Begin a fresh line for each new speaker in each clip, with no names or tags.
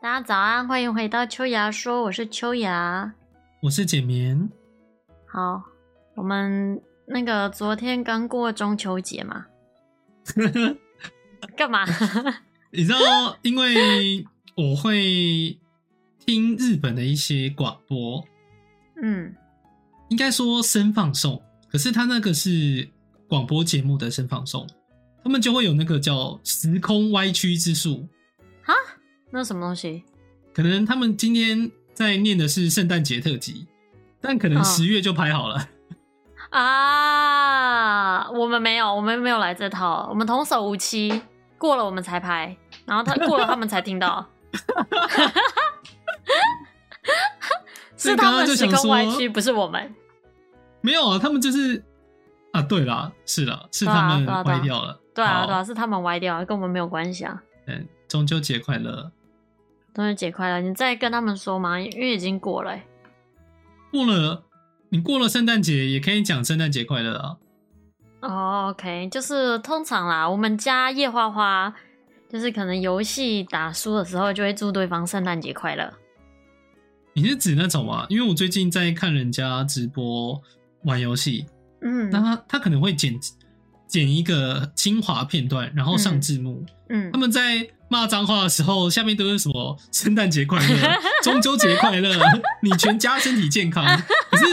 大家早安，欢迎回到秋芽说，我是秋芽。
我是简眠，
好，我们那个昨天刚过中秋节嘛，干嘛？
你知道，因为我会听日本的一些广播，
嗯，
应该说声放送，可是它那个是广播节目的声放送，他们就会有那个叫时空歪曲之术，
那什么东西？
可能他们今天在念的是圣诞节特辑，但可
哦
能十月就拍好了。
啊，我们没有，我们没有来这套，我们童叟无欺，过了我们才拍，然后他过了他们才听到， 是
所以
他
刚刚
们
就
时
想
空歪
说
曲，不是我们。
没有啊，他们就是啊，对啦，是啦，是
对啊
他们
对啊对啊
歪掉了。
对啊，
好
对啊，是他们歪掉，跟我们没有关系啊。
嗯，中秋节快乐！
中秋节快乐，你再跟他们说嘛，因为已经过了欸、
过了，你过了圣诞节也可以讲圣诞节快乐啊。
哦、o k 就是通常啦，我们家夜花花就是可能游戏打输的时候，就会祝对方圣诞节快乐。
你是指那种吗？因为我最近在看人家直播玩游戏，
嗯
那他他可能会剪剪一个精华片段，然后上字幕。
嗯
他，们在骂脏话的时候，下面都是什么“圣诞节 快乐”“中秋节快乐”“你全家身体健康”，可是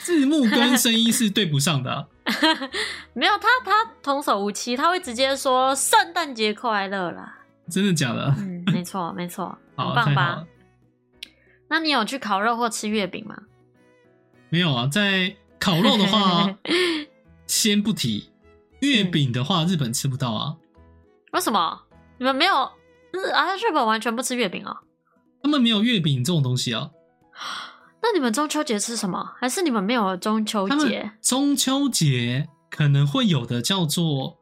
字幕跟声音是对不上的啊、
没有他，他童叟无欺，他会直接说圣诞节快乐啦。
真的假的？
嗯，没错，没错，
好，
很
太
棒
好
吧
了？。
那你有去烤肉或吃月饼吗？
没有啊，在烤肉的话先不提，月饼的话日本吃不到啊。
为什么你们没有？日啊，日本完全不吃月饼哦。
他们没有月饼这种东西啊，
那你们中秋节吃什么？还是你们没有中秋
他们
节？
中秋节可能会有的叫做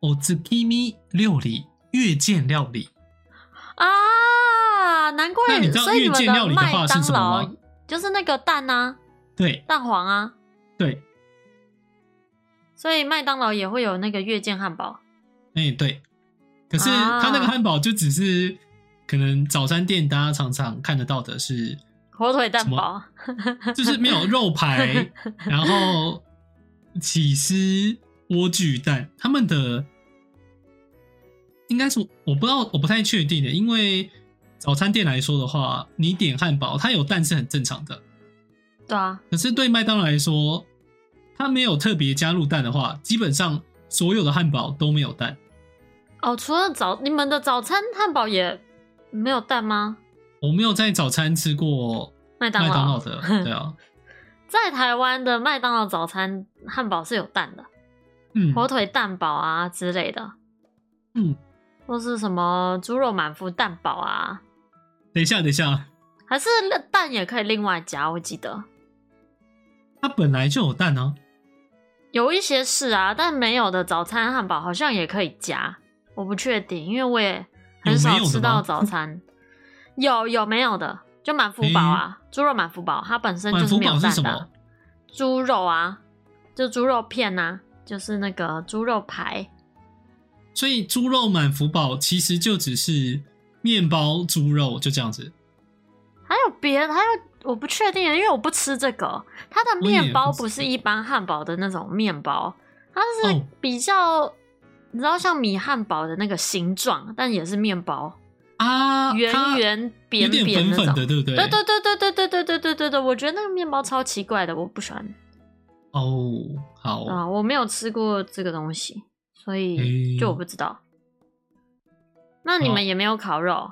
ozukimi 料理，月见料理。
啊，难怪。
那你知道
所以你
越
们
界料理的
麦
话是
当
什么
劳
吗
就是那个蛋啊，
对
蛋黄啊，
对，
所以麦当劳也会有那个月见汉堡。
哎、对。可是
啊
他那个汉堡就只是可能早餐店大家常常看得到的是，
火腿蛋堡，
就是没有肉排，然后起司、莴苣蛋，他们的应该是我不知道，我不太确定的，因为早餐店来说的话，你点汉堡，它有蛋是很正常的。
对啊，
可是对麦当劳来说，它没有特别加入蛋的话，基本上所有的汉堡都没有蛋。
哦，除了早你们的早餐汉堡也没有蛋吗？
我没有在早餐吃过
麦当
麦当劳
劳
的，对啊，
在台湾的麦当劳早餐汉堡是有蛋的，
嗯，
火腿蛋堡啊之类的，
嗯，
或是什么猪肉满福蛋堡啊，
等一下，等一下，
还是蛋也可以另外加，我记得。
它本来就有蛋啊。
有一些是啊，但没有的早餐汉堡好像也可以加，我不确定，因为我也很
有
少
没有的
吃到
吗
早餐。有有没有的？就满福堡啊，猪肉满福堡，它本身就是没有
满福堡
蛋的
是什
啊
么。
猪肉啊，就猪肉片呐、啊，就是那个猪肉排。
所以猪肉满福堡其实就只是面包、猪肉就这样子。
还有别的，还有我不确定，啊因为我不吃这个。它的
我也
面包
不吃
不是一般汉堡的那种面包，它是
哦
比较、你知道像米汉堡的那个形状，但也是面包。
啊，
圆
它
圆
有
扁
点
扁
粉
那
粉
种。
的，对不对？
对对对对对对对对对对对，我觉得那个面包超奇怪的，我不喜欢
哦，好，
啊、我没有吃过这个东西，所以
诶
就我不知道。那你
好
们也没有烤肉？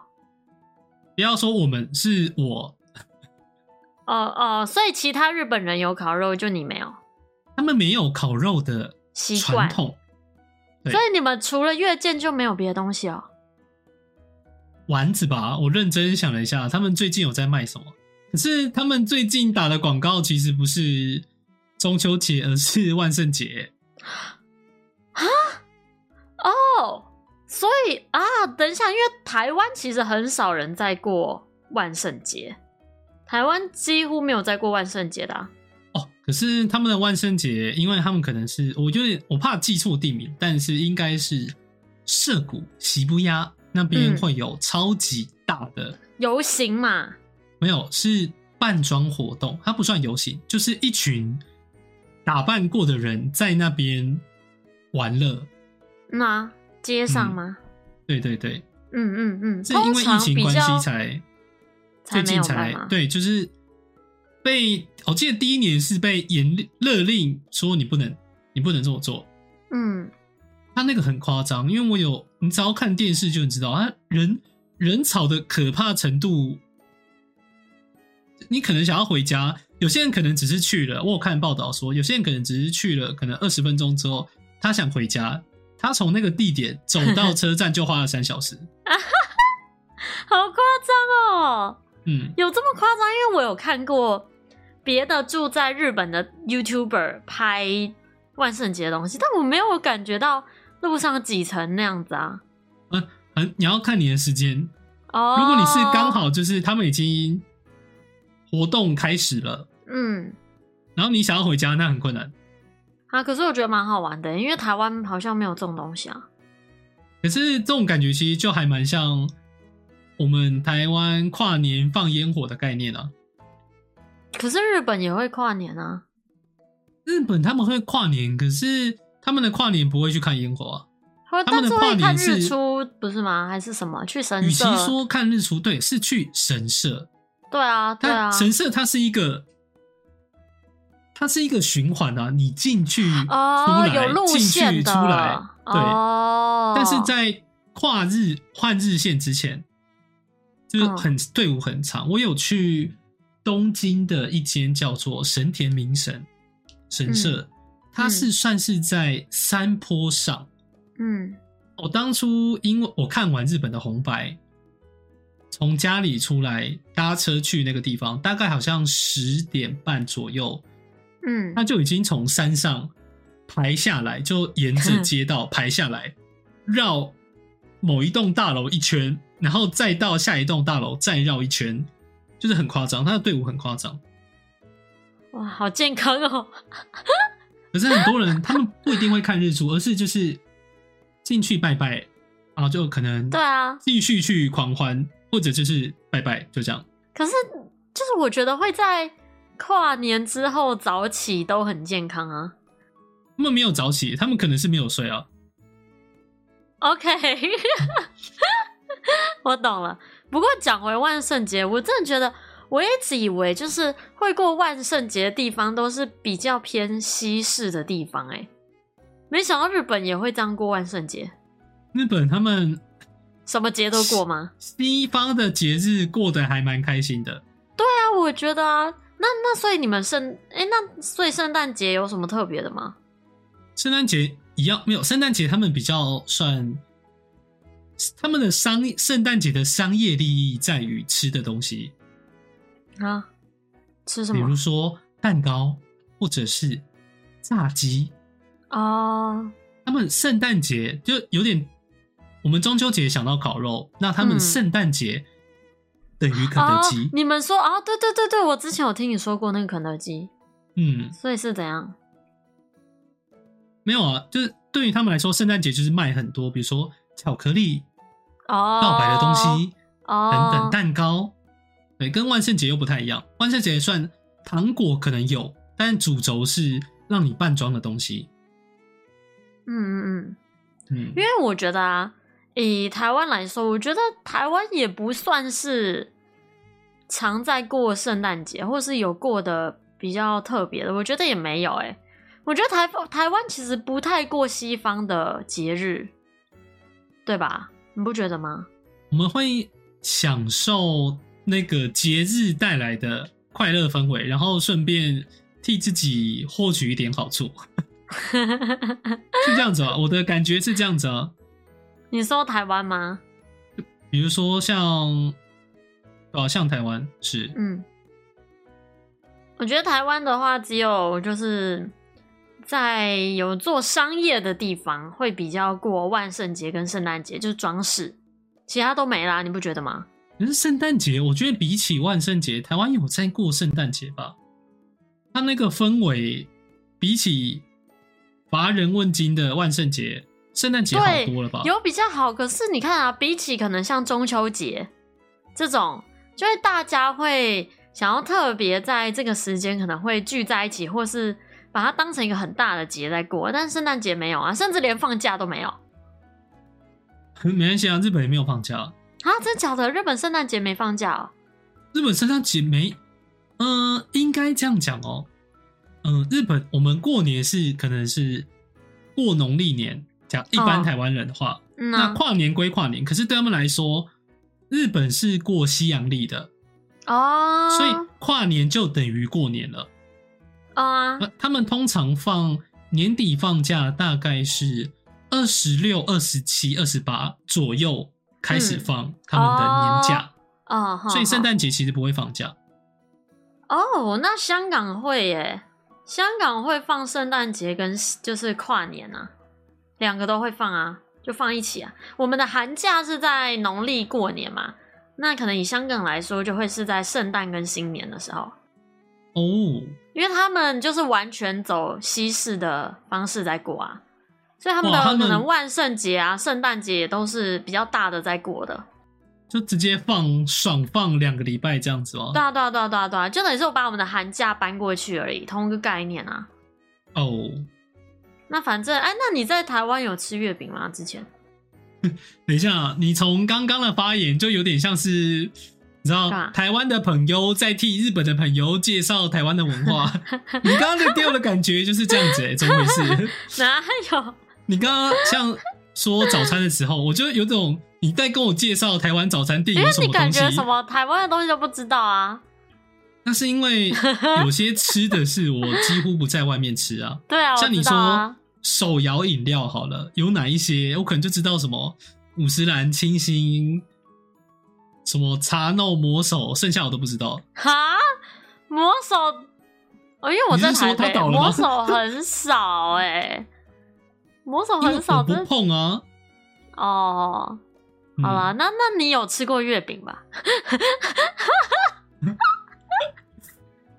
不要说我们是我，
哦哦，所以其他日本人有烤肉，就你没有
他们没有烤肉的
习
传
惯，
统，对
所以你们除了月见就没有别的东西哦。
丸子吧？我认真想了一下，他们最近有在卖什么？可是他们最近打的广告其实不是中秋节，而是万圣节。
哦，所以啊，等一下，因为台湾其实很少人在过万圣节，台湾几乎没有在过万圣节的、啊。
哦，可是他们的万圣节，因为他们可能是，我有点我怕记错地名，但是应该是涩谷、喜布亚那边
嗯
会有超级大的，
游行嘛，
没有是扮装活动，它不算游行，就是一群打扮过的人在那边玩乐。
那街上吗？
对对对，
嗯嗯嗯，
是因
通
为疫
常
情
比
关
较
系才
才
最
没
近
有
才
办嘛。
对，就是被我记得第一年是被严令勒令说你不能你不能这么做，
嗯，
他那个很夸张，因为我有你只要看电视就能知道，他人人吵的可怕程度，你可能想要回家，有些人可能只是去了，我有看报道说，有些人可能只是去了，可能二十分钟之后他想回家，他从那个地点走到车站就花了三小时，
好夸张哦，
嗯，
有这么夸张？因为我有看过别的住在日本的 YouTuber 拍万圣节的东西，但我没有感觉到路上挤成那样子啊。
很你要看你的时间，
哦，
如果你是刚，好就是他们已经活动开始了，
嗯，
然后你想要回家，那很困难。
啊，可是我觉得蛮好玩的，因为台湾好像没有这种东西啊。
可是这种感觉其实就还蛮像我们台湾跨年放烟火的概念啊。
可是日本也会跨年啊，
日本他们会跨年，可是他们的跨年不会去看烟火啊。
会
他
但
们的
是会
跨
看
年是
日出，不是吗？还是什么去神
与其
社？
说看日出，对，是去神社。
对啊，对啊
但，神社它是一个，它是一个循环啊，你进去出
哦，
来
有路
进去
线
出
的，
来，对。
哦，
但是在跨日换日线之前，就是很、队伍很长。我有去东京的一间叫做神田明神神社，它是算是在山坡上。
嗯
我当初因为我看完日本的红白，从家里出来搭车去那个地方，大概好像十点半左右，
嗯
他，就已经从山上排下来，就沿
嗯
着街道排下来，绕某一栋大楼一圈，然后再到下一栋大楼再绕一圈，就是很夸张，他的队伍很夸张。
哇，好健康哦，
可是很多人他们不一定会看日出，而是就是进去拜拜，然后就可能
对啊，
继续去狂欢，或者就是拜拜，就这样。
可是就是我觉得会在跨年之后早起都很健康啊。
他们没有早起，他们可能是没有睡啊。
OK，我懂了。不过讲回万圣节，我真的觉得我一直以为就是会过万圣节的地方都是比较偏西式的地方、欸，哎，没想到日本也会这样过万圣节，
日本他们
什么节都过吗？
西方的节日过得还蛮开心的。
对啊，我觉得啊，那那所以你们圣哎、那所以圣诞节有什么特别的吗？
圣诞节一样没有，圣诞节他们比较算他们的商圣诞节的商业利益在于吃的东西，
啊，吃什
比
么
如？说蛋糕或者是炸鸡。
哦，
他们圣诞节就有点，我们中秋节想到烤肉，那他们
嗯
圣诞节等于肯
哦
德基，，
你们说哦，对对对对，我之前有听你说过那个肯德基，
嗯，
所以是怎样？
没有啊，就是对于他们来说，圣诞节就是卖很多，比如说巧克力、
哦，
告白的东西。
哦，
等等蛋糕，对，跟万圣节又不太一样。万圣节算糖果可能有，但主轴是让你扮装的东西。
嗯嗯嗯，
嗯
因，为我觉得啊，以台湾来说，我觉得台湾也不算是常在过圣诞节，或是有过的比较特别的，我觉得也没有哎、我觉得台台湾其实不太过西方的节日，对吧？你不觉得吗？
我们会享受那个节日带来的快乐氛围，然后顺便替自己获取一点好处，是这样子啊。我的感觉是这样子啊。
你说台湾吗？
比如说像，对啊，像台湾是，
嗯，我觉得台湾的话，只有就是在有做商业的地方会比较过万圣节跟圣诞节，就是装饰，其他都没啦，你不觉得吗？
可是圣诞节，我觉得比起万圣节，台湾有在过圣诞节吧？它那个氛围，比起乏人问津的万圣节圣诞节好多了吧？
有比较好，可是你看啊，比起可能像中秋节这种，就是大家会想要特别在这个时间可能会聚在一起，或是把它当成一个很大的节在过。但圣诞节没有啊，甚至连放假都没有
没关系啊，日本也没有放假。
啊！真假的？日本圣诞节没放假、哦？
日本圣诞节没，呃，应该这样讲哦。嗯、日本我们过年是可能是过农历年，讲一般
哦
台湾人的话，
嗯
那
啊、
跨年归跨年，可是对他们来说，日本是过西洋历的，
哦，
所以跨年就等于过年了。
哦啊，
呃他们通常放年底放假，大概是二十六、二十七、二十八左右开始
嗯
放他们的年假，
哦，好
所以圣
好
诞节其实不会放假。
哦，那香港会耶，香港会放圣诞节跟就是跨年啊，两个都会放啊，就放一起啊。我们的寒假是在农历过年嘛，那可能以香港来说，就会是在圣诞跟新年的时候，
哦，
因为他们就是完全走西式的方式在过啊，所以他们
哇
的
他们
可能万圣节啊、圣诞节也都是比较大的在过的。
就直接放爽放两个礼拜这样子哦
对。啊，对啊，对啊，对啊，对啊，就等于是我把我们的寒假搬过去而已，同一个概念啊。
哦，
那反正哎，那你在台湾有吃月饼吗？之前
等一下，你从刚刚的发言就有点像是。你知
干
道
嘛
台湾的朋友在替日本的朋友介绍台湾的 文化，你刚刚的给我的感觉就是这样子、欸，怎么回事？
哪有？
你刚刚像说早餐的时候，我就有种你在跟我介绍台湾早餐店
因为
有
哎
什
你
么
感
东
觉
西，
什么台湾的东西都不知道啊。
那是因为有些吃的是我几乎不在外面 吃啊。
对啊，我
像你
知道
说
啊。
手摇饮料好了，有哪一些我可能就知道什么五十岚清新，什么茶弄魔手，剩下我都不知道。
哈，魔手，哦，因为我在
你是说
台
他
北，
倒了吗
魔手很少哎、魔手哦
因为
很
我
少，
不
真
碰啊。
哦。
嗯
好啦，那那你有吃过月饼吧？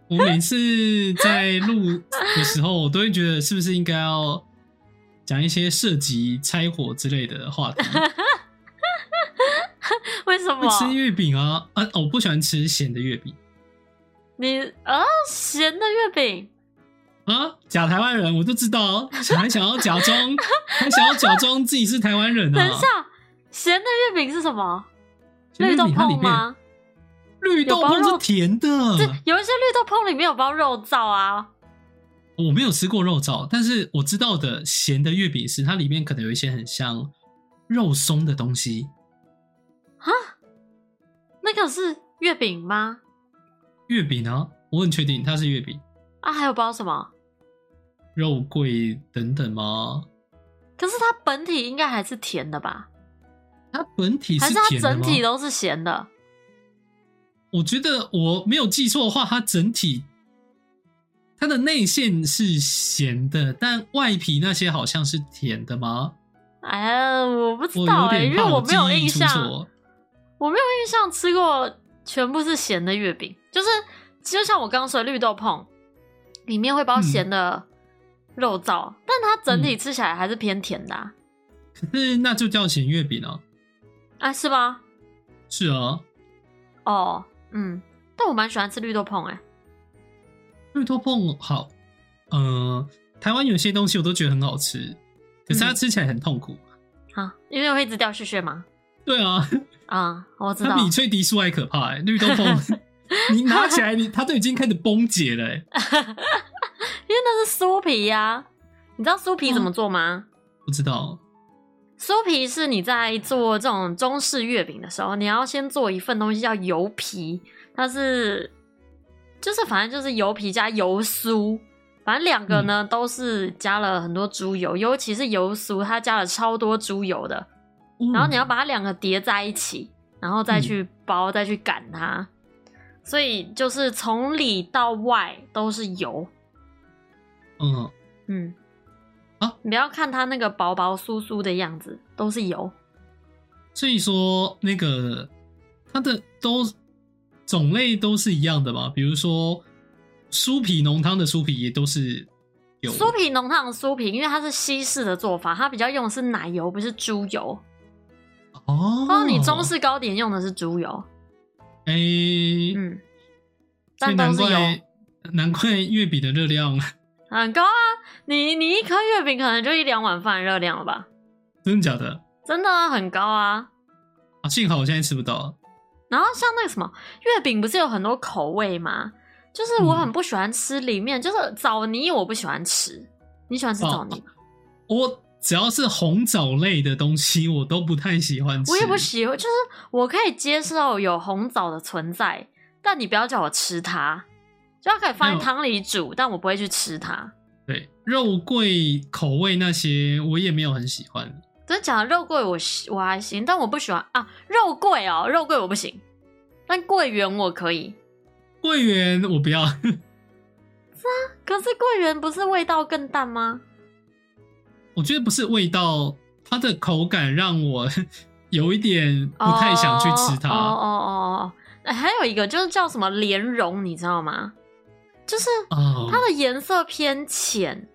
我每次在录的时候，我都会觉得是不是应该要讲一些涉及拆火之类的话 题。
为什
会
么？
吃月饼啊，啊，我不喜欢吃咸的月饼
你啊，咸的月饼，
啊。假台湾人我就知道，还想要假 装，还想要假装自己是台湾人
等一
啊。
下，咸的月饼是什么？
咸
绿
月
豆
饼它里
椪
面嗯
吗？
绿豆
有包
椪
肉
是甜的，
这有一些绿豆椪里面有包肉燥啊，
我没有吃过肉燥，但是我知道的咸的月饼是它里面可能有一些很像肉松的东西。
那个是月饼吗？
月饼啊，我很确定它是月饼，
啊，还有包什么？
肉桂等等吗？
可是它本体应该还是甜的吧？
它本体
还
是
是它
甜的
整
吗？
体都是咸的？
我觉得我没有记错的话，它整体它的内馅是咸的，但外皮那些好像是甜的吗？
哎呀，我不知
我
道
有
哎、因
点
为
怕
我没
记
有
忆
印
出
象，
错。
我没有印象吃过全部是咸的月饼，就是就像我刚刚说的绿豆椪，里面会包
嗯
咸的肉燥，但它整体
嗯
吃起来还是偏甜的啊，
可是那就叫咸月饼啊，
啊是吗？
是啊，
哦，嗯，但我蛮喜欢吃绿豆椪哎、
绿豆椪好，嗯、台湾有些东西我都觉得很好吃，可是它
嗯
吃起来很痛苦。
啊，因为会一直掉屑屑吗？
对啊，
啊、我知
它
道。
比脆皮酥还可怕、欸。绿豆 椪，你拿起来你它都已经开始崩解了、欸。
因为那是酥皮呀、你知道酥皮怎么做吗？
不知道
酥皮是你在做这种中式月饼的时候，你要先做一份东西叫油皮，它是就是反正就是油皮加油酥，反正两个呢、都是加了很多猪油，尤其是油酥，它加了超多猪油的。
哦
然后你要把它两个叠在一起，然后再
嗯
去包，再去擀它，所以就是从里到外都是油。
嗯，
嗯，
啊，
你不要看它那个薄薄酥酥的样子，都是油。
所以说那个它的都种类都是一样的嘛，比如说酥皮浓汤的酥皮也都是有
酥皮浓汤的酥皮，因为它是西式的做法，它比较用的是奶油，不是猪油。
哦，
哦，你中式糕点用的是猪油，
哎、
嗯，
所以
但都
难
是
怪
油，
难怪月饼的热量
很高啊。你你一颗月饼可能就一两碗饭的热量了吧？
真的假的
真的啊，很高啊。
啊？幸好我现在吃不到，
然后像那个什么月饼，不是有很多口味吗？就是
嗯
我很不喜欢吃里面，就是枣泥我不喜欢吃。你喜欢吃
哦
枣泥吗？
我只要是红枣类的东西，我都不太喜欢吃。
我也不喜欢，就是我可以接受有红枣的存在，但你不要叫我吃它。就它可以放
没
在
有
汤里煮，但我不会去吃它。
对肉桂口味那些，我也没有很喜欢。
真讲肉桂我喜我还行，但我不喜欢啊肉桂哦，肉桂我不行，但桂圆我可以。
桂圆我不要，
可是桂圆不是味道更淡吗？
我觉得不是味道，它的口感让我有 一点不太想去吃它。
哦哦哦哦哦哎，还有一个就是叫什么莲蓉，你知道吗？就是
哦
它的颜色偏浅，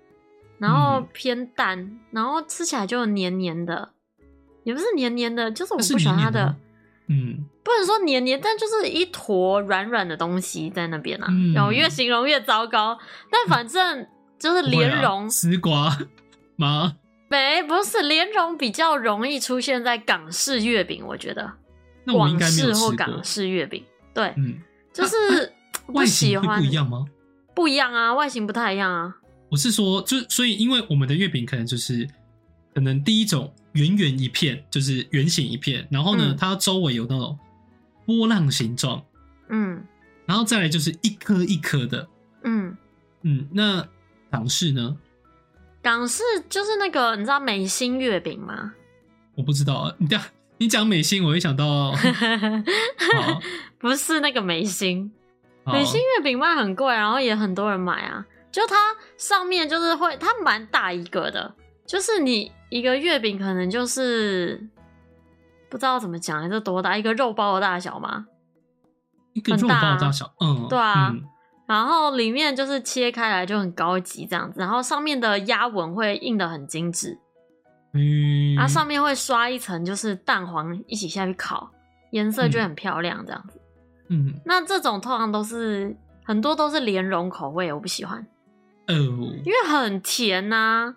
然后
嗯
偏淡，然后吃起来就黏黏的，也不是黏黏的，就是我
它是
不喜欢它
黏黏
的，
的吗嗯，
不能说黏黏，但就是一坨软软的东西在那边啊。
嗯
然后我越形容越糟糕，但反正就是
不会啊
莲蓉，
丝瓜 吗？
没不是莲蓉比较容易出现在港式月饼，我觉得
那我应
广
该没有
式
吃
或
过
港。式月饼，对，
嗯，
就是不
外
喜
形会
欢
不一样吗？
不一样啊，外形不太一样啊。
我是说，就所以因为我们的月饼可能就是可能第一种圆圆一片，就是圆形一片，然后呢，
嗯
它周围有那种波浪形状，
嗯
然后再来就是一颗一颗的。
嗯，
嗯，那港式呢？
港式就是那个你知道美心月饼吗？
我不知道啊，你讲你讲美心，我会 想到好
不是那个美心，
好
美心月饼卖很贵，然后也很多人买啊。就它上面就是会，它蛮大一个的，就是你一个月饼可能就是不知道怎么讲，这多大一个肉包的大小嘛。
一个
很
肉
大
包
啊
的大小，嗯，
对啊
嗯
然后里面就是切开来就很高级这样子，然后上面的压纹会印的很精致，
嗯，
然后啊上面会刷一层就是蛋黄一起下去烤，颜色就会很漂亮这样子。
嗯
那这种通常都是很多都是莲蓉口味，我不喜欢。
哦，
因为很甜呐、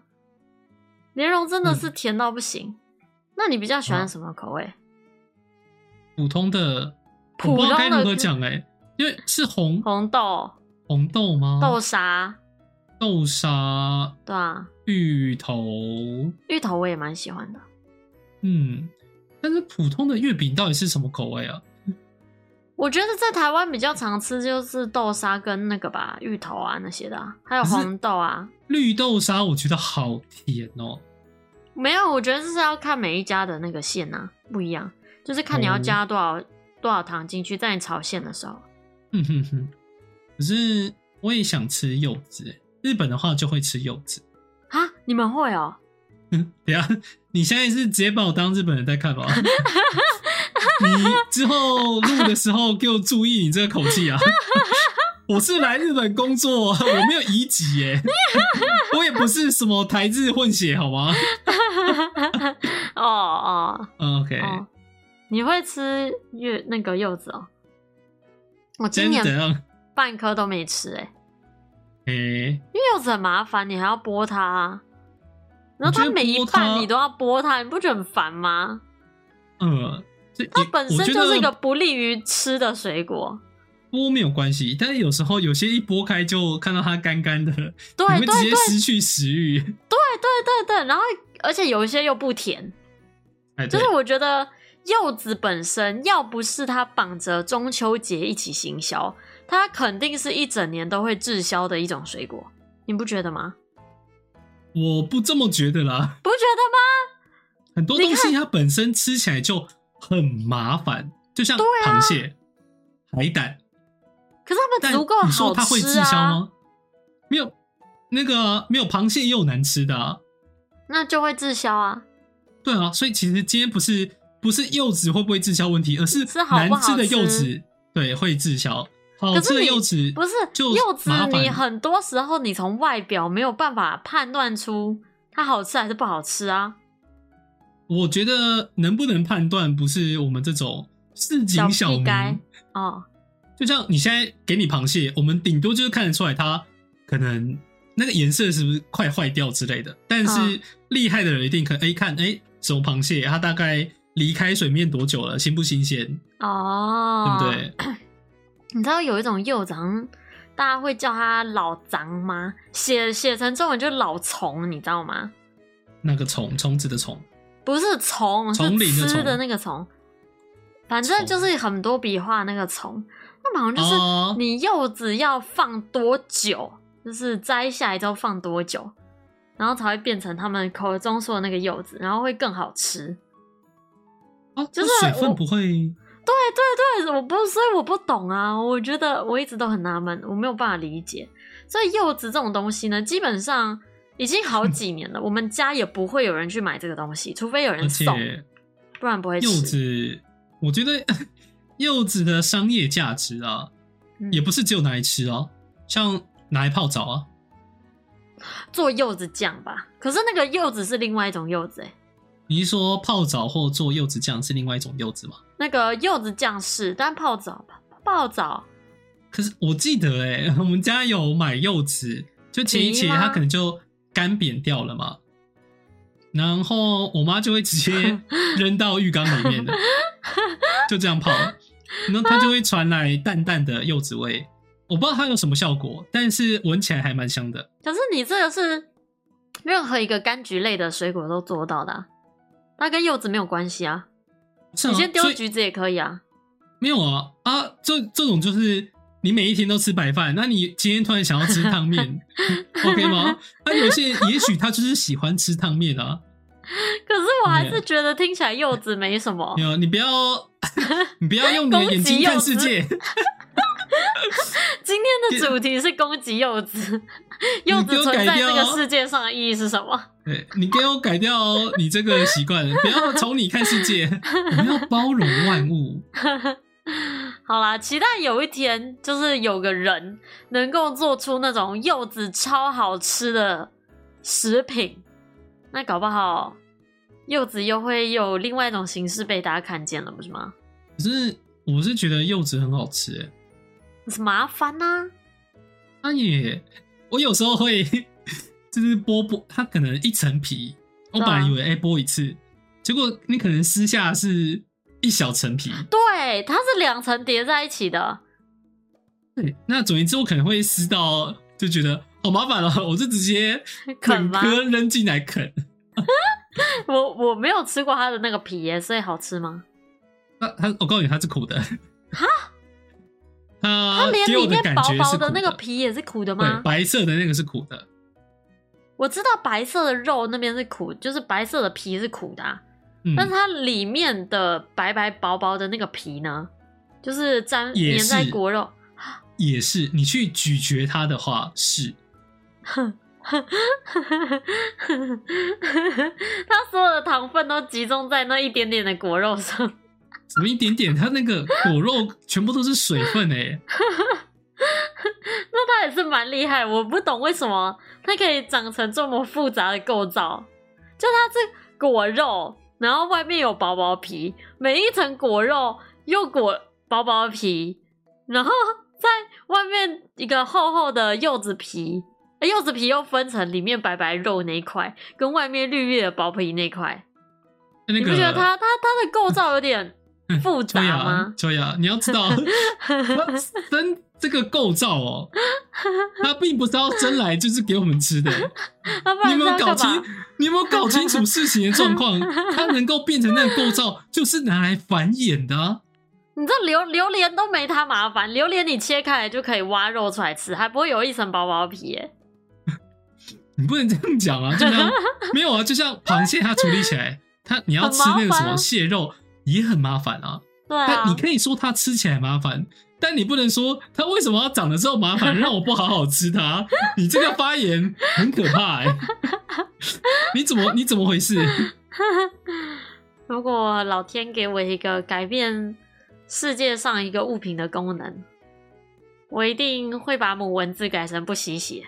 莲蓉真的是
嗯
甜到不行。那你比较喜欢什么口味？
普通的，
普
我不
通的
知道该如何讲哎、因为是红
红豆、
哦红豆吗？
豆沙，
豆沙、
对啊，
芋头，
芋头我也蛮喜欢的。
嗯，但是普通的月饼到底是什么口味啊？
我觉得在台湾比较常吃就是豆沙跟那个吧，芋头啊那些的啊、还有
可是
红豆啊。
绿豆沙我觉得好甜哦、
没有，我觉得这是要看每一家的那个馅呐、不一样，就是看你要
嗯
加多少、多少糖进去，在你炒馅的时候。
哼嗯哼哼。可是我也想吃柚子、欸，日本的话就会吃柚子。
啊，你们会哦、
嗯，等一下，你现在是直接把我当日本人在看吗？ 你之后录的时候给我注意你这个口气啊！我是来日本工作，我没有移籍耶，我也不是什么台日混血，好吗
哦哦，
嗯？OK，
哦，你会吃月那个柚子哦？我今
今天
年
是怎样？
半颗都没吃哎、
诶、
因为柚子很麻烦，你还要剥它啊、然后
我觉
它
得
每一
剥它
半你都要剥它，你不觉得很烦吗？
嗯，这
它
也
本身
我觉
就是一
得
个不利于吃的水果。
剥没有关系，但是有时候有些一剥开就看到它干干的，你
对
会
对
直
对
接失去食欲。
对对，然后而且有一些又不甜，
哎，
就
对
是，我觉得柚子本身要不是它绑着中秋节一起行销，它肯定是一整年都会滞销的一种水果，你不觉得吗？
我不这么觉得啦。
不觉得吗？
很多东西它本身吃起来就很麻烦，就像
啊
螃蟹、海胆，
可是它
但
们足够好
你
吃啊！
说它会滞销吗？没有，那个啊、没有螃蟹也有难吃的啊。
那就会滞销啊。
对啊，所以其实今天不是不是柚子会不会滞销问题，而是
是好
难
不好
吃的柚
吃
子对会滞销，哦，
可
这
是
个
你
柚子
不是
就
柚子
麻，烦
你很多时候你从外表没有办法判断出它好吃还是不好吃啊。
我觉得能不能判断，不是我们这种市井
小
小
屁
民。
该哦，
就像你现在给你螃蟹，我们顶多就是看得出来它可能那个颜色是不是快坏掉之类的。但是
嗯
厉害的人一定可哎、看哎、什么螃蟹，它大概离开水面多久了，新不新鲜，
哦，
对不？对？
你知道有一种柚子，好像大家会叫它老张吗？写写成中文就老虫，你知道吗？
那个虫虫子的虫，
不是虫，
丛林的
是吃
丛
的那个虫。反正就是很多笔画那个虫，那么好像就是
哦
你柚子要放多久，就是摘下来之后放多久，然后才会变成他们口中说的那个柚子，然后会更好吃。
啊，
就是
那水
我
分不会
对对对，我不，所以我不懂啊，我觉得我一直都很纳闷，我没有办法理解。所以柚子这种东西呢，基本上已经好几年 了，我们家也不会有人去买这个东西，除非有
而
人
且
送，不然不会吃。
柚子，我觉得 柚子的商业价值啊，
嗯
也不是只有拿来吃啊，像拿来泡澡啊，
做柚子酱吧。可是那个柚子是另外一种柚子、欸，
你是说泡澡或做柚子酱是另外一种柚子吗？
那个柚子酱是，但泡澡吧，泡澡
可是我记得哎、 我们家有买柚子，就切一切，
皮吗
它可能就干扁掉了嘛。然后我妈就会 直接扔到浴缸里面的，就这样泡，然后它就会传来淡淡的柚子味。我不知道它有什么效果，但是闻起来还蛮香的。
可是你这个是任何一个柑橘类的水果都做到的、啊，它跟柚子没有关系啊。
是啊
你先丢
所以
橘子也可以啊。
没有啊啊，这这种就是你每一天都吃白饭，那你今天突然想要吃 汤面，OK 吗？那有些人也许他就是喜欢吃汤面啊。
可是我还
没有
是觉得听起来柚子没什么
没。有，你不要，你不要用你的眼睛看世界，
今天的主题是攻击柚子，柚
你给
子
我
存
改
在
掉
这
哦
个世界上的意义是什么？
对你给我改掉哦你这个习惯，不要从你看世界，我们要包容万物。
好啦，期待有一天，就是有个人能够做出那种柚子超好吃的食品，那搞不好柚子又会有另外一种形式被大家看见了，不是吗？
可是我是觉得柚子很好吃耶，
是麻烦呐、
它也，我有时候会就是剥剥，它可能一层皮，我本来以为
啊
哎剥、一次，结果你可能私下是一小层皮，
对，它是两层叠在一起的，
对，那总而言之我可能会撕到就觉得好麻烦哦，我就直接
啃
整
吗？
颗扔进来啃。
我我没有吃过它的那个皮耶，所以好吃吗？
它它，我告诉你，它是苦的。
哈，它
它
连
啊给我
里
的
面
感
薄
觉是
薄
苦
的
的
那个皮也是苦的吗
对，？白色的那个是苦的，
我知道白色的肉那边是苦，就是白色的皮是苦的、啊。
嗯，
但是它里面的白白薄薄的那个皮呢，就是粘
也
粘
是
在果肉，
也是你去咀嚼它的话是，
它所有的糖分都集中在那一点点的果肉上，
怎么一点点，它那个果肉全部都是水分欸诶、
那它也是蛮厉害。我不懂为什么它可以长成这么复杂的构造，就它是果肉，然后外面有薄薄皮，每一层果肉又果薄薄皮，然后在外面一个厚厚的柚子皮，诶柚子皮又分成里面白白肉那一块，跟外面绿绿的薄皮那一块。
那
你
个啊
不觉得它它它的构造有点复杂
秋雅
吗？
秋雅，你要知道，它生这个构造哦，它并不是要生来就是给我们吃的，
它不
你
然
有没
是
有
要
搞
干
清
嘛？？
你有没有搞清楚事情的 状况？它能够变成那个构造，就是拿来繁衍的、啊。
你这榴榴莲都没它麻烦，榴莲你切开来就可以挖肉出来吃，还不会有一层薄薄皮耶。
你不能这样讲啊！就 像没有啊，就像螃蟹，它处理起来，它你要吃那
很
个
麻
什
烦
么蟹肉也很麻烦啊。
对啊
但你，可以说它吃起来麻烦，但你不能说它为什么要长得这么 麻烦，让我不好好吃它。你这个发言很可怕 哎、你怎么你怎么回事？
如果老天给我一个改变世界上一个物品的功能，我一定会把母文字改成不洗血。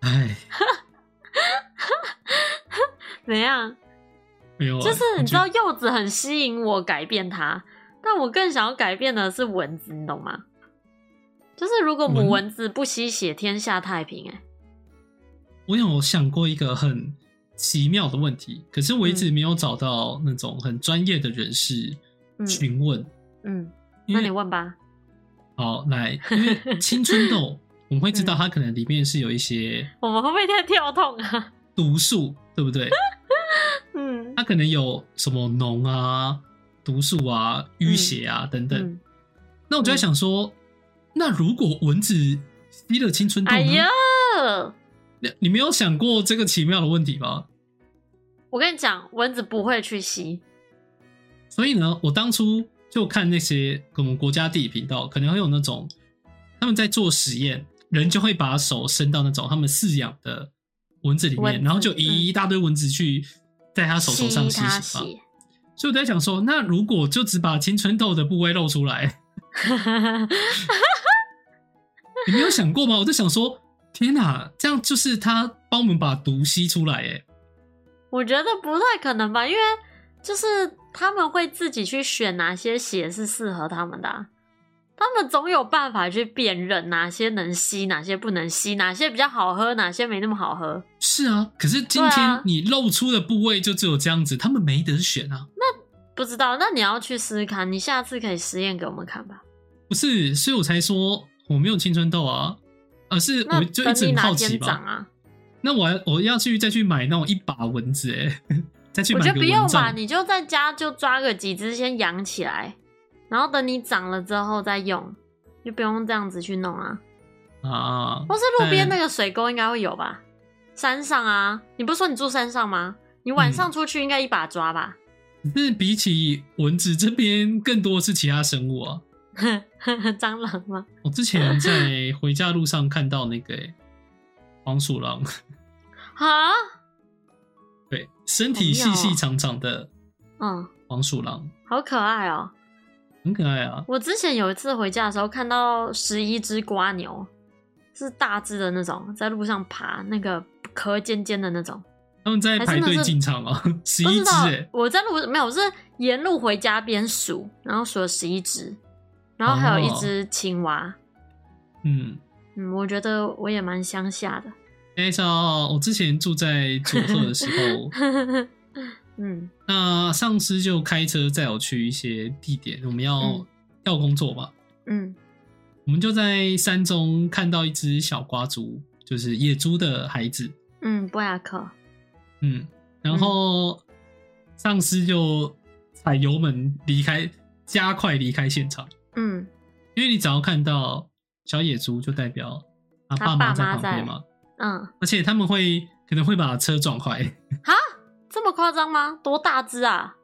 哎，
怎样？
没有啊，
就是
我
你知
觉
道
得
柚子很吸引我改变它，但我更想要改变的是文字，你懂吗？就是如果母
文
文字不惜写天下太平、哎，
我有想过一个很奇妙的问题，可是我一直没有找到那种很专业的人士
嗯
询问。
嗯，
因
那
为
你问吧。
好来，因为青春 痘我们会
嗯
知道它可能里面是有一些
我们会不会太跳痛啊？
毒素，对不 对？
嗯，
它可能有什么脓啊、毒素啊、淤血啊、等等。
嗯
那我就在想说，那如果蚊子吸了青春痘
哎
呢？
呀，
你你没有想过这个奇妙的问题吗？
我跟你讲，蚊子不会去吸。
所以呢，我当初就看那些我们国家地理频道，可能会有那种他们在做实验，人就会把手伸到那种他们饲养的蚊子里
蚊
面，
子嗯
然后就一一大堆蚊子去在他手头上
吸
吸
它
血嘛。
血，
所以我在想说，那如果就只把青春痘的部位露出来，你没有想过吗？我在想说，天哪，这样就是他帮我们把毒吸出来，哎，
我觉得不太可能吧，因为就是他们会自己去选哪些血是适合他们的啊、他们总有办法去辨认哪些能吸，哪些不能吸，哪些比较好喝，哪些没那么好喝。
是啊。可是今
对
天
啊
你露出的部位就只有这样子，他们没得选啊。
不知道，那你要去试试看，你下次可以实验给我们看吧。
不是，所以我才说我没有青春痘啊，而是
那
我就一
等
直
你
很
哪
好奇
天长
吧。
啊？
那我要我要去再去买那种一把蚊子、欸， 再去
我
买
觉
个
得不用
蚊
吧，
帐。
你就在家就抓个几只先养起来，然后等你长了之后再用，就不用这样子去弄啊。
啊，
或是路边那
个
个水沟应该会有吧？山上啊，你不是说你住山上吗？你晚上出去应该一把抓吧？
那比起蚊子这边更多的是其他生物啊。
蟑螂吗？
我之 前在回家路上看到那个、欸黄鼠狼，
啊，
对，身体
好
细
妙哦
细长长的
嗯，
黄鼠狼，
好可爱哦、
很可爱啊。
我之前有一次回家的时候看到十一只瓜牛，是大只的那种，在路上爬，那个壳尖尖的那种。
他们在
还是
排
那
队
是
进场啊， 十
不
一
知
只
道
哎，
我在路没有，我是沿路回家边数，然后数了十一只，然后还有一
哦
只青蛙。
嗯，
嗯，我觉得我也蛮乡下的。
那时啊候我之前住在佐贺的时候，
嗯
那上司就开车载我去一些地点，我们要、
嗯
要工作嘛，
嗯
我们就在山中看到一只小瓜猪，就是野猪的孩子，
嗯，布雅克，
嗯，然
嗯
后上司就踩油门离开，加快离开现场，
嗯
因为你只要看到小野猪，就代表他
他
爸妈
爸
在
妈
旁
在
边嘛，
嗯，
而且他们会可能会把车撞坏。
这么夸张吗？多大只啊？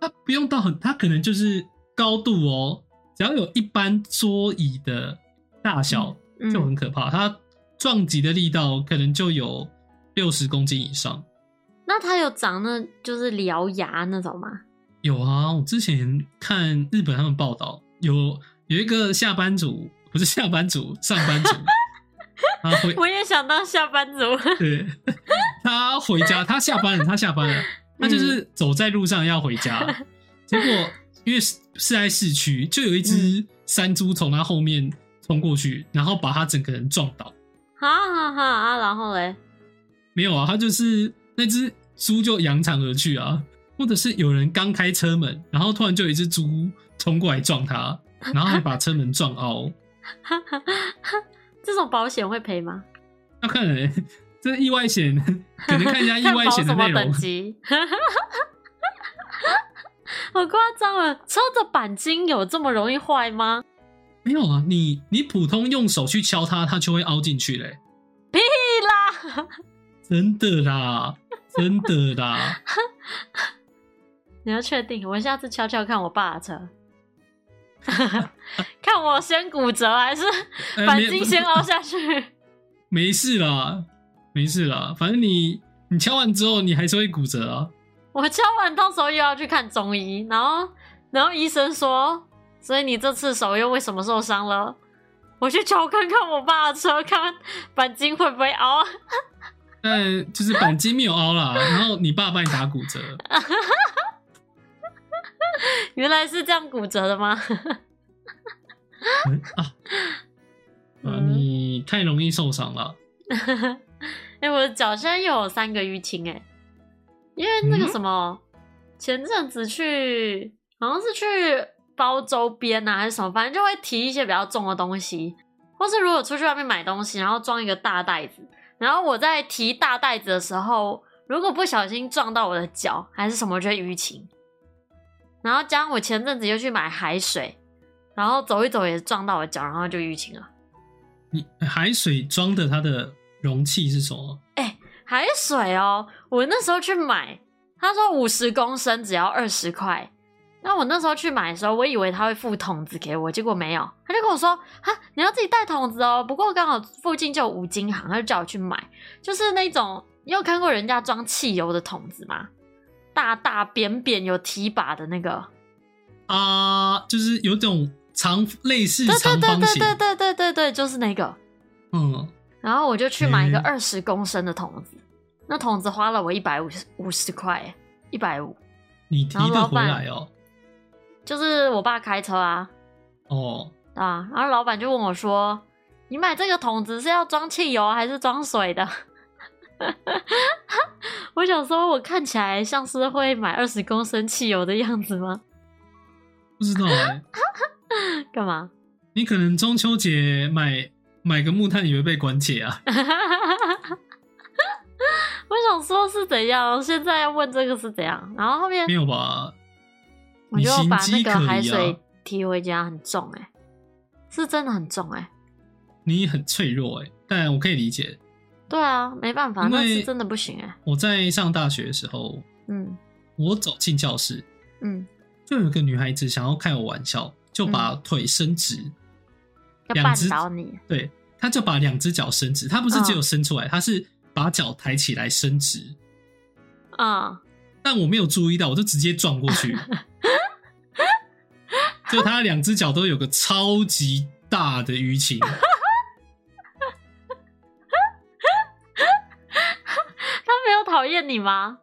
它不用到很，它可能就是高度哦，只要有一般桌椅的大小就很
嗯
可怕。它撞击的力道可能就有六十公斤以上。
那它有长那就是獠牙那种吗？
有啊，我之前看日本他们报道，有有一个下班族，不是下班族，上班族，他回
我也想当下班族。
对，他回家，他下班了，他下班了，他就是走在路上要回家，结果因为是是在市区，就有一只山猪从他后面冲过去，然后把他整个人撞倒。
哈哈哈啊！然后嘞，
没有啊，他就是那只猪就扬长而去啊，或者是有人刚开车门，然后突然就有一只猪冲过来撞他，然后还把车门撞凹。
这种保险会赔吗？
那看人，这意外险可能看一下意
看
外
保
险的
什么
内
等。
容
级？好夸张啊！车的钣金有这么容易坏吗？
没有啊，你你普通用手去敲它，它就会凹进去嘞、
对啦，
真 的啦，真的啦，
你要确定？我下次敲敲看我爸的车， 看我先骨折还是
哎
钣
没
金先哦 凹下去？
没事啦，没事啦，反正你你敲完之后你还是会骨折啊，
我敲完到时候又要去看中医，然后然后医生说，所以你这次手又为什么受伤了？我去瞧看看我爸的车，看钣金会不会凹。啊
但就是钣金没有凹啦，然后你爸帮你打骨折，
原来是这样骨折的吗？
嗯啊，啊
嗯
你太容易受伤了。
哎、我的脚现在又有三个淤青哎、因为那个什么，前阵子去好像是去包周边呐、啊、还是什么，反正就会提一些比较重的东西，或是如果出去外面买东西，然后装一个大袋子，然后我在提大袋子的时候，如果不小心撞到我的脚还是什么，就会淤青。然后加上我前阵子又去买海水，然后走一走也撞到我脚，然后就淤青了。
你海水装的它的容器是什么？
海水哦，我那时候去买，他说五十公升只要二十块。那我那时候去买的时候，我以为他会付桶子给我，结果没有，他就跟我说：“哈，你要自己带桶子哦。”不过刚好附近就有五金行，他就叫我去买，就是那种你有看过人家装汽油的桶子吗？大大扁扁有提把的那个，
啊，就是有种长类似
对对
长
对
方
对
形，
对对对对对，就是那个。
嗯，
然后我就去买一个
嗯
二十公升的桶子，那桶子花了我一百五十五十块，一百五。
你提
然后
得
老
回
板
来哦、
就是我爸开车啊，
哦，
啊，然后老板就问我说：“你买这个桶子是要装汽油还是装水的？” 我想说，我看起来像是会买二十公升汽油的样子吗？
不知道哎、
干嘛？
你可能中秋节买买个木炭也会被关切啊。
我想说是怎样，现在要问这个是怎样，然后后面
没有吧？
我就把那
你行迹
个
可疑啊
海水提回家，很重哎、是真的很重哎、
你很脆弱哎、但我可以理解。
对啊，没办法，
因
那
为
次真的不行哎、
我在上大学的时候，
嗯
我走进教室，
嗯，
就有一个女孩子想要开我玩笑，就把腿伸直，
要绊
两只
倒你，啊
对，她就把两只脚伸直，她不是只有伸出来，她是把脚抬起来伸直。
嗯。
但我没有注意到，我就直接撞过去，就她两只脚都有个超级大的淤青。
他没有讨厌你吗？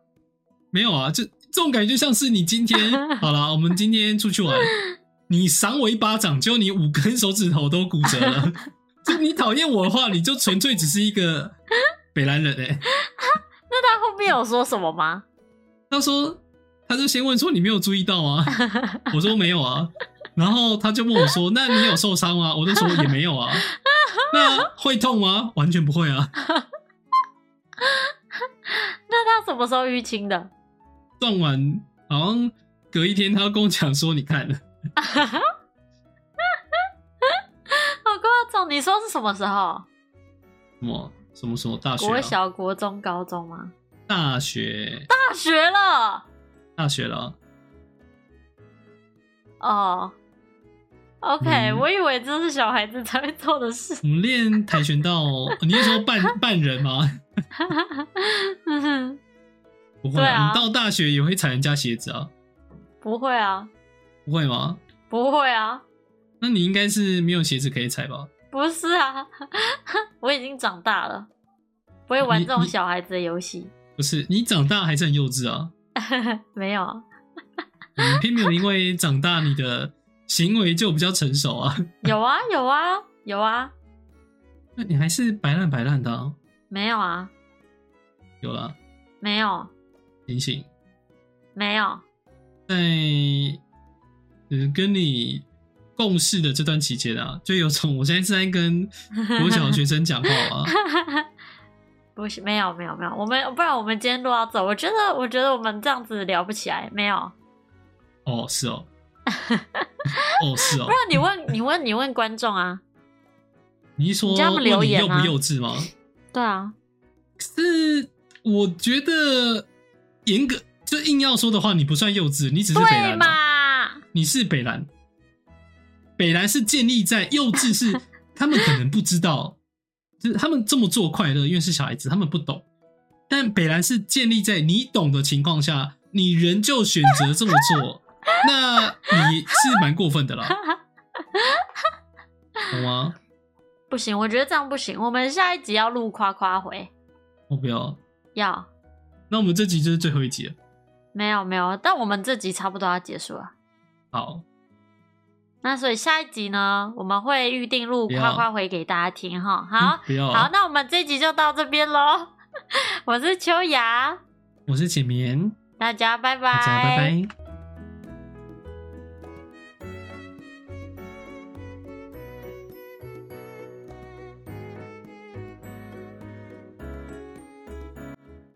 没有啊，这这种感觉就像是你今天好啦，我们今天出去玩，你赏我一巴掌，就你五根手指头都骨折了。就你讨厌我的话，你就纯粹只是一个北兰人哎、欸。
那他后面有说什么吗？
他说，他就先问说你没有注意到啊， 我说没有啊，然后他就问我说，那你有受伤吗？我就说也没有啊。那会痛吗？完全不会啊，
那他什么时候淤青的？
撞完好像隔一天，他跟我讲说，你看。
好夸张！你说是什么时候？
什么什么什么大学、啊？
国小、国中、高中吗？
大学，
大学了
大学了，
哦。OK，、
嗯
我以为这是小孩子才会做的事。
我们练跆拳道，你是说 半半人吗？
嗯
不会、
对啊
你到大学也会踩人家鞋子啊？
不会啊，
不会吗？
不会啊，
那你应该是没有鞋子可以踩吧？
不是啊， 我已经长大了，不会玩
你
这种
你
小孩子的游戏。
不是，你长大还是很幼稚啊，
没有啊，
你嗯偏没有因为长大你的行为就比较成熟啊，
有啊，有啊，有啊，
那你还是白烂白烂的、啊。
没有啊，
有啦，
没有，
醒醒，
没有，
在嗯跟你共事的这段期间啊，就有种我现在是在跟国小的学生讲话 啊。
不是，没有没有没有，我们不然我们今天录到这，我觉得我觉得我们这样子聊不起来，没有。
哦，是哦， 哦是哦
不，然你 问你问你问观众啊，
你是说
你叫他们留
问你
言
幼
啊
不幼稚吗？
对啊，
是，我觉得严格就硬要说的话，你不算幼稚，你只是北
对
兰、啊，
嘛？
你是北兰，北兰是建立在幼稚是他们可能不知道，就是他们这么做快乐，因为是小孩子，他们不懂。但北兰是建立在你懂的情况下，你仍旧选择这么做，那你是蛮过分的啦，好吗？
不行，我觉得这样不行。我们下一集要录夸夸回，
我不要。
要
那我们这集就是最后一集了。
没有没有，但我们这集差不多要结束了。
好，
那所以下一集呢，我们会预定录
不要
夸夸回给大家听哈。好
嗯、不要。
好，，那我们这集就到这边喽。 我是秋雅，
我是简眠，
大家拜拜，
大家拜拜。